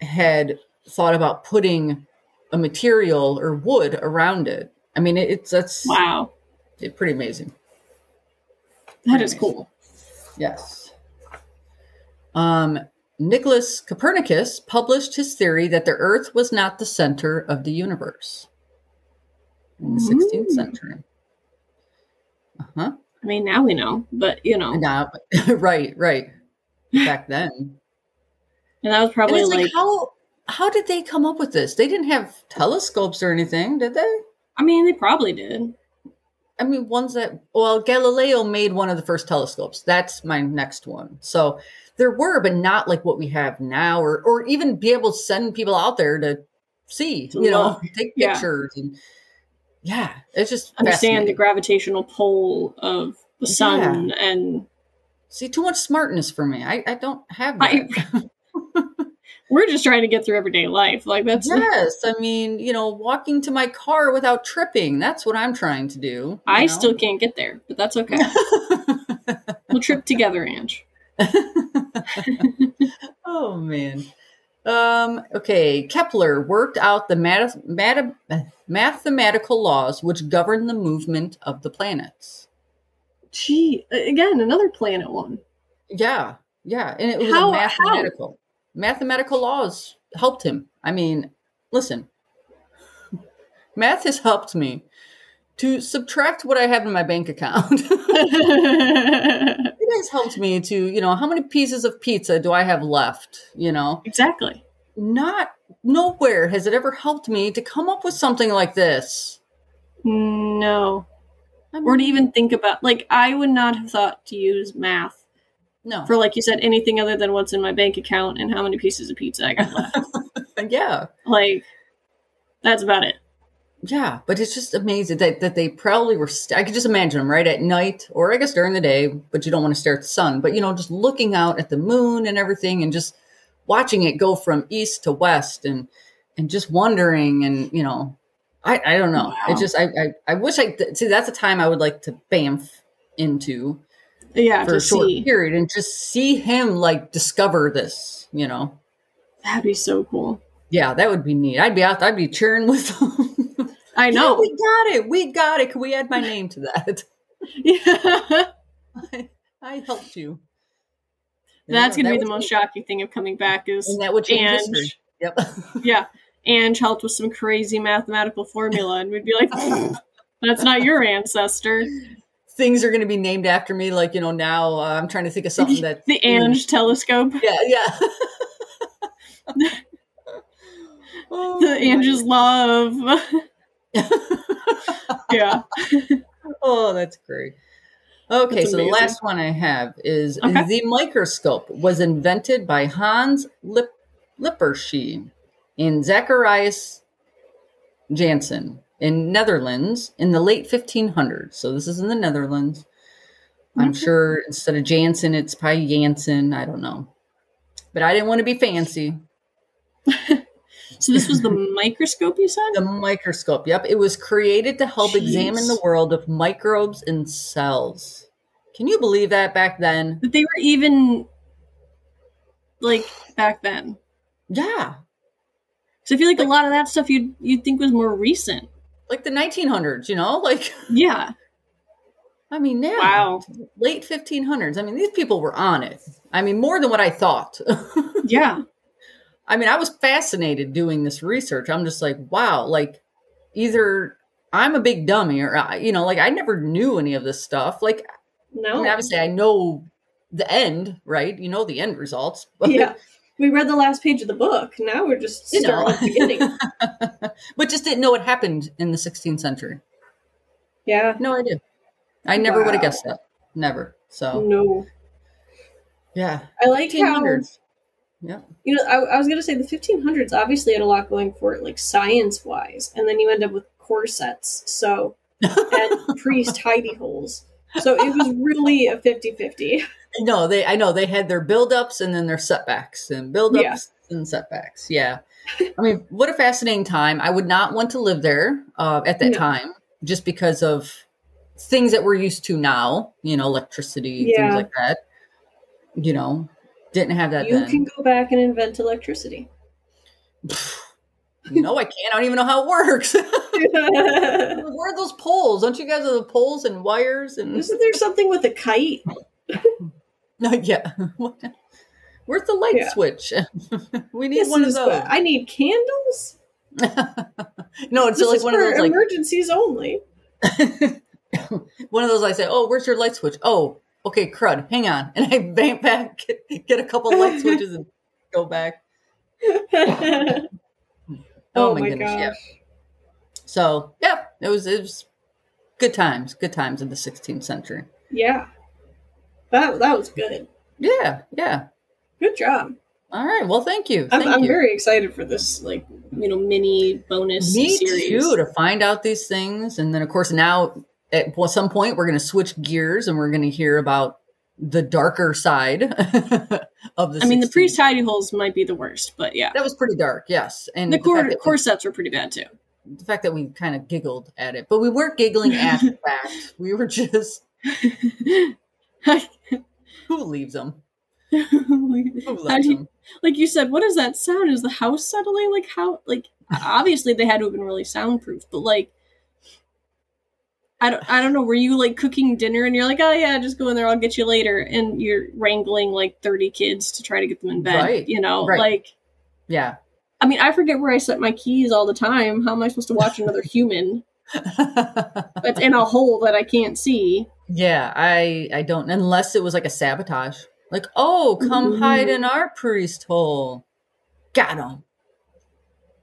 A: had thought about putting a material or wood around it. I mean, it, it's that's
B: wow.
A: it- pretty amazing.
B: That
A: Pretty
B: is
A: amazing.
B: cool.
A: Yes. Um, Nicholas Copernicus published his theory that the Earth was not the center of the universe in the 16th
B: Mm.
A: century. Uh huh.
B: I mean, now we know, but you know, and
A: Now, right, right. Back then,
B: that was
A: and
B: probably
A: it's like,
B: like
A: how how did they come up with this? They didn't have telescopes or anything, did they?
B: I mean, they probably did.
A: I mean, ones that, well, Galileo made one of the first telescopes. That's my next one. So there were, but not like what we have now, or, or even be able to send people out there to see,
B: To
A: you know,
B: look.
A: take
B: Yeah.
A: pictures. And yeah, it's just
B: Understand the
A: fascinating.
B: gravitational pull of the sun and
A: See, too much smartness for me. I, I don't have that.
B: I- we're just trying to get through everyday life. Like that's
A: yes. I mean, you know, walking to my car without tripping. That's what I'm trying to do. you
B: I
A: know?
B: still can't get there, but that's okay. we'll trip together, Ange.
A: oh man. Um, okay, Kepler worked out the math, math, mathematical laws which govern the movement of the planets.
B: Gee, a- again, another planet one.
A: Yeah, yeah, and it was
B: How-
A: a
B: how?
A: mathematical mathematical laws helped him. I mean, listen, math has helped me to subtract what I have in my bank account. it has helped me to, you know, how many pieces of pizza do I have left? You know,
B: exactly.
A: not nowhere has it ever helped me to come up with something like this
B: No. Or to even think about, like, I would not have thought to use math
A: no
B: for, like you said, anything other than what's in my bank account and how many pieces of pizza I got left.
A: yeah
B: like, that's about it.
A: yeah but it's just amazing that, that they probably were st- i could just imagine them right at night or i guess during the day but you don't want to stare at the sun but you know just looking out at the moon and everything and just watching it go from east to west and and just wondering and you know i i don't know
B: Wow.
A: it just I, I i wish i th- see that's a time i would like to bamf into
B: Yeah,
A: for a
B: to
A: short
B: see.
A: period and just see him like discover this, you know.
B: That'd be so cool.
A: Yeah, that would be neat. I'd be out I'd be cheering with him.
B: I
A: Yeah,
B: know.
A: we got it. We got it. Can we add my name to that?
B: Yeah.
A: I, I helped you.
B: That's
A: Yeah,
B: gonna
A: that
B: be the
A: was
B: most
A: me.
B: shocking thing of coming back is
A: And that would change
B: and-
A: history. Yep.
B: yeah, Ange helped with some crazy mathematical formula, and we'd be like, "Oh, "That's not your ancestor."
A: Things are going to be named after me. Like, you know, now uh, I'm trying to think of something that.
B: The Ange telescope,
A: Yeah, yeah. oh,
B: the Ange's love. yeah,
A: Oh, that's great. Okay,
B: That's
A: so the
B: amazing.
A: last one I have is
B: Okay.
A: the microscope was invented by Hans Lip- Lippershey and Zacharias Janssen in Netherlands in the late 1500s. So this is in the Netherlands. I'm
B: Okay.
A: sure instead of Janssen, it's probably Janssen. I don't know. But I didn't want to be fancy.
B: so this was the microscope you said.
A: The microscope, yep. It was created to help examine the
B: Jeez.
A: world of microbes and cells. Can you believe that back then?
B: That they were even like back then.
A: Yeah,
B: So I feel like a lot of that stuff you'd you'd think was more recent.
A: like the 1900s, you know? Like,
B: Yeah.
A: I mean, now,
B: Wow.
A: late 1500s. I mean, these people were on it. I mean, more than what I thought.
B: Yeah.
A: I mean, I was fascinated doing this research. I'm just like, wow, like, either I'm a big dummy or, I, you know, like, I never knew any of this stuff. Like, I
B: No.
A: mean, obviously, I know the end, right? You know, the end results. But,
B: yeah. We read the last page of the book. Now we're just
A: You know.
B: starting at the beginning.
A: but just didn't know what happened in the 16th century.
B: Yeah.
A: No idea. I never would have
B: Wow.
A: guessed that. Never. So,
B: No.
A: yeah.
B: I like how
A: 1500s.
B: you know. I, I was gonna say the 1500s obviously had a lot going for it, like science wise, and then you end up with corsets, so and priest hidey holes. So it was really a 50-50.
A: No, they I know they had their buildups and then their setbacks and buildups
B: Yeah.
A: and setbacks. Yeah. I mean, what a fascinating time. I would not want to live there uh, at that
B: No.
A: time just because of things that we're used to now, you know, electricity,
B: Yeah.
A: things like that. You know, didn't have that
B: You
A: then.
B: can go back and invent electricity.
A: no, I can't. I don't even know how it works.
B: Isn't
A: Where are those poles? Don't you guys have the poles and wires and
B: there something with a kite?
A: no, yeah. What- Where's the light
B: Yeah.
A: switch? we need
B: This
A: one of
B: is
A: those.
B: what- I need candles.
A: no, it's
B: this
A: like
B: is
A: one of
B: for
A: those like
B: emergencies only.
A: one of those I say, "Oh, where's your light switch?" Oh, okay, crud. Hang on, and I bang back, get, get a couple light switches, and go back.
B: oh,
A: Oh,
B: my,
A: my, goodness,
B: gosh.
A: yeah. So, yeah, it was it was good times, good times in the 16th century.
B: Yeah. That that was good.
A: Yeah, yeah.
B: Good job.
A: All right. Well, thank you.
B: I'm,
A: Thank
B: I'm
A: you.
B: very excited for this like you know mini bonus
A: Me
B: series.
A: too to find out these things, and then of course now at well, some point we're going to switch gears and we're going to hear about the darker side of the.
B: I mean, the
A: 16th
B: priest hidey holes might be the worst, but yeah,
A: That was pretty dark, yes. And
B: the
A: fact
B: cor-
A: that we-
B: corsets were pretty bad too.
A: the fact that we kind of giggled at it, but we weren't giggling at the fact. We were just, who leaves them? Who
B: How
A: left
B: do you-
A: them?
B: like you said, what is that sound? Is the house settling? Like how? Like obviously they had to have been really soundproof, but like I don't, I don't know. Were you like cooking dinner and you're like, oh yeah, just go in there, I'll get you later, and you're wrangling like thirty kids to try to get them in bed.
A: Right,
B: You know,
A: right.
B: like
A: Yeah.
B: I mean, I forget where I set my keys all the time. How am I supposed to watch another human that's in a hole that I can't see?
A: yeah, I I don't unless it was like a sabotage. Like, oh, come hide
B: Mm-hmm.
A: in our priest hole. Got him.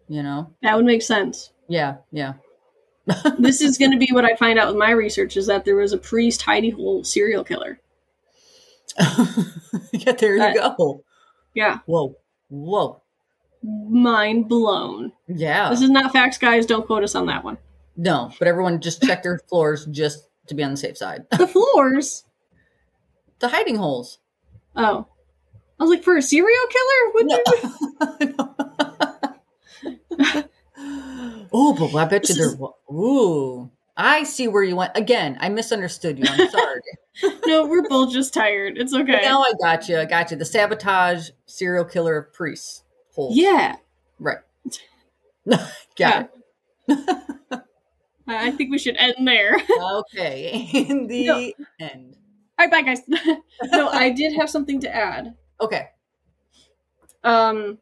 A: You know?
B: That would make sense.
A: Yeah, yeah.
B: this is going to be what I find out with my research is that there was a priest hidey hole serial killer.
A: yeah, there you go.
B: Yeah,
A: Whoa. Whoa.
B: mind blown.
A: Yeah.
B: This is not facts, guys. Don't quote us on that one.
A: no, but everyone just check their floors just to be on the safe side.
B: The floors.
A: The hiding holes.
B: Oh, I was like, for a serial killer? What
A: No.
B: the-
A: oh, but I bet you
B: This
A: there.
B: is-
A: wa- Ooh, I see where you went. Again, I misunderstood you. I'm sorry.
B: no, we're both just tired. It's okay.
A: Now I got you. I got you. The sabotage serial killer of priests. Holes.
B: yeah.
A: Right. got
B: Yeah.
A: it.
B: I I think we should end there.
A: okay, in the
B: No.
A: end.
B: All right, bye guys. no, I did have something to add.
A: Okay.
B: Um,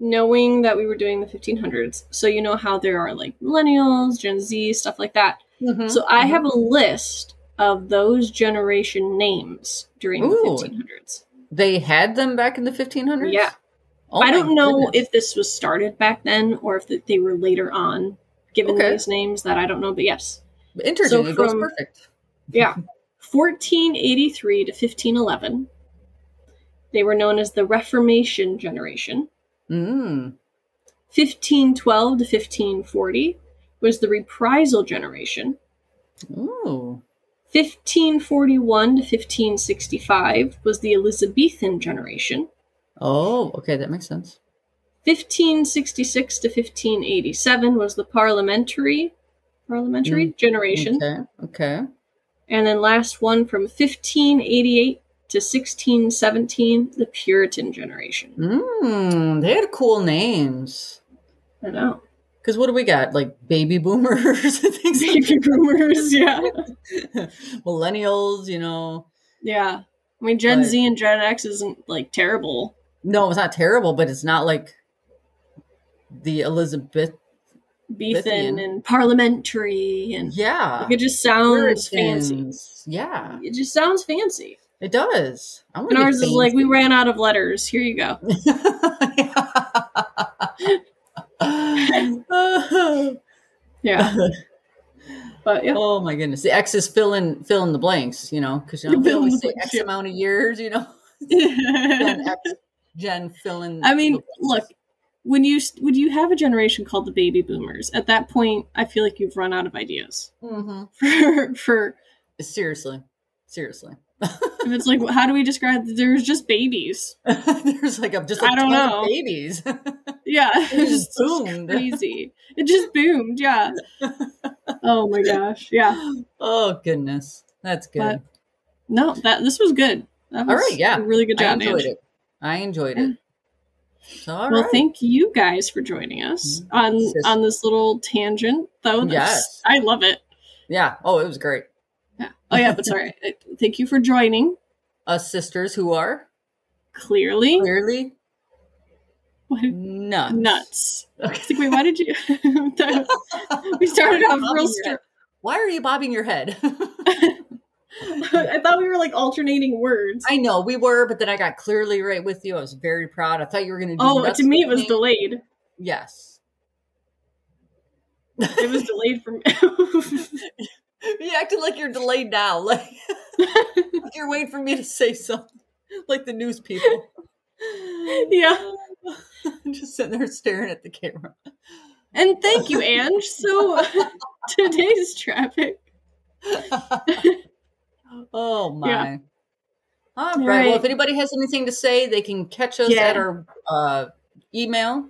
B: knowing that we were doing the 1500s, so you know how there are like millennials, Gen Z, stuff like that. So
A: Mm-hmm.
B: I have a list of those generation names during
A: Ooh.
B: the 1500s.
A: They had them back in the 1500s.
B: Yeah.
A: Oh
B: I don't
A: my
B: know
A: goodness.
B: if this was started back then or if th- they were later on given
A: Okay.
B: these names that I don't know, but yes.
A: Interesting.
B: so
A: it goes
B: from-
A: perfect.
B: Yeah. 1483 to 1511. They were known as the Reformation generation.
A: Mm.
B: 1512 to 1540 was the reprisal generation.
A: Ooh.
B: 1541 to 1565 was the Elizabethan generation.
A: Oh, okay, that makes sense.
B: 1566 to 1587 was the parliamentary parliamentary generation
A: Okay. Okay.
B: and then last one from 1588 to 1617 the puritan generation
A: Mm, they had cool names.
B: i know
A: Because what do we got? Like baby boomers and things like
B: baby boomers yeah
A: millennials, you know.
B: yeah i mean gen
A: But-
B: z and gen x isn't like terrible
A: No, it's not terrible, but it's not like the Elizabeth. Lithian.
B: beethan and parliamentary and
A: Yeah.
B: like, it just sounds fancy
A: Puritans. Yeah,
B: it just sounds fancy
A: it does. I want
B: and ours is like we ran out of letters here you go yeah but yeah
A: oh my goodness, the X is fill in fill in the blanks, you know, because you know, we
B: Fill in
A: always
B: the
A: say
B: blanks,
A: X
B: yeah.
A: amount of years, you know. Gen X, Gen fill in.
B: I mean,
A: the
B: look,
A: blanks.
B: when you when you have a generation called the baby boomers, at that point, I feel like you've run out of ideas
A: Mhm.
B: for for
A: seriously, seriously.
B: if it's like how do we describe there's just babies?
A: There's like a just like
B: I don't
A: ton of
B: know.
A: babies.
B: Yeah,
A: It
B: it's
A: just
B: just
A: boomed.
B: crazy. It just boomed. Yeah. Oh my gosh. Yeah.
A: oh goodness, that's good.
B: No, that this was good. That
A: All
B: was
A: right, yeah.
B: a really good
A: I
B: job.
A: enjoyed
B: Ange.
A: it. I enjoyed it. So, all
B: well,
A: right. Mm-hmm.
B: thank you guys for joining us on
A: This is-
B: on this little tangent. Though, That's-
A: Yes.
B: I love it.
A: yeah. Oh, it was great.
B: Yeah. Oh yeah, but sorry. Thank you for joining.
A: Us sisters who are
B: Clearly,
A: clearly
B: What-
A: nuts.
B: nuts.
A: Okay.
B: It's like, wait, why did you? we started off real strong.
A: Why are you bobbing your head?
B: I thought we were like alternating words.
A: I know we were, but then I got clearly right with you. I was very proud. I thought you were going to do.
B: oh,
A: nuts
B: to me it was
A: with
B: delayed.
A: Yes.
B: It was delayed from.
A: You acted like you're delayed now. Like, like you're waiting for me to say something. Like the news people.
B: Yeah.
A: I'm just sitting there staring at the camera.
B: and thank you, Ange. So today's traffic.
A: oh my.
B: Yeah.
A: All right.
B: All
A: Well, if
B: right.
A: anybody has anything to say, they can catch us
B: Yeah.
A: at our uh, email.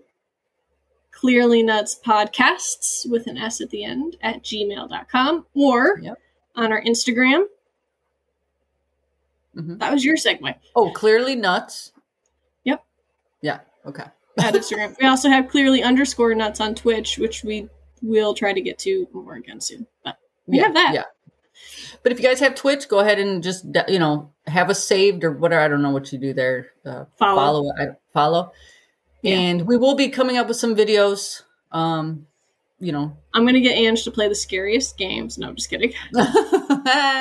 B: Clearly Nuts Podcasts with an S at the end at gmail.com or
A: Yep.
B: on our Instagram.
A: Mhm.
B: That was your segue.
A: Oh, clearly nuts.
B: Yep.
A: Yeah. Okay.
B: at Instagram. We also have clearly underscore nuts on Twitch, which we will try to get to more again soon. But We
A: yeah,
B: have that.
A: Yeah. But if you guys have Twitch, go ahead and just you know have us saved or whatever. I don't know what you do there. Uh,
B: follow.
A: follow. I, follow.
B: Yeah.
A: And we will be coming up with some videos. Um, you know.
B: I'm gonna get Ange to play the scariest games. No, I'm just kidding.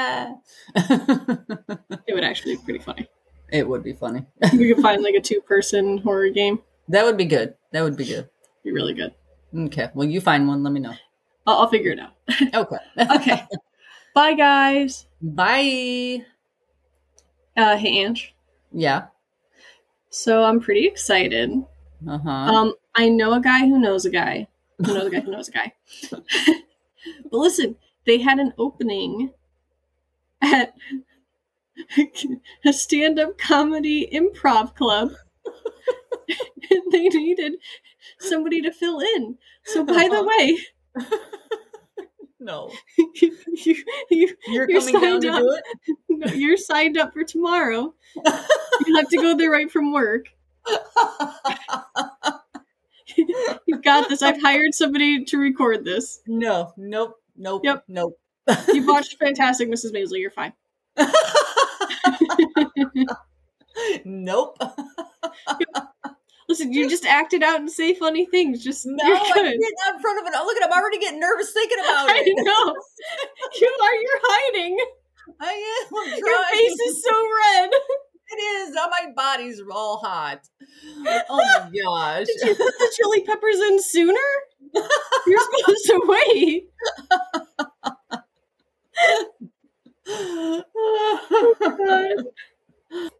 B: It would actually be pretty funny.
A: it would be funny.
B: we could find like a two person horror game.
A: That would be good. That would be good.
B: Be really good.
A: Okay. Well, you find one. Let me know.
B: I'll, I'll figure it out.
A: Okay.
B: Okay. Bye guys.
A: Bye.
B: Uh, hey Ange.
A: Yeah.
B: So I'm pretty excited.
A: Uh huh.
B: Um, I know a guy who knows a guy who knows a guy who knows a guy. but listen, they had an opening at a stand-up comedy improv club, and they needed somebody to fill in. So, by the way,
A: no.
B: you, you, you,
A: You're,
B: You're
A: coming down
B: signed
A: to
B: up.
A: do it.
B: no, you're signed up for tomorrow. You have to go there right from work. You've got this. I've hired somebody to record this.
A: No, nope, nope,
B: Yep.
A: nope.
B: You watched Fantastic Mrs. Maisel. You're fine.
A: nope.
B: Listen, you just act it out and say funny things. Just
A: No,
B: you're
A: I'm
B: good.
A: getting out in front of an. Oh, look at! I'm already getting nervous thinking about
B: I
A: it.
B: know. You are. You're hiding.
A: I am. I'm
B: Your
A: trying.
B: face is so red.
A: It is. Oh, my body's all hot. Oh my gosh.
B: Did you put the chili peppers in sooner? You're supposed to wait.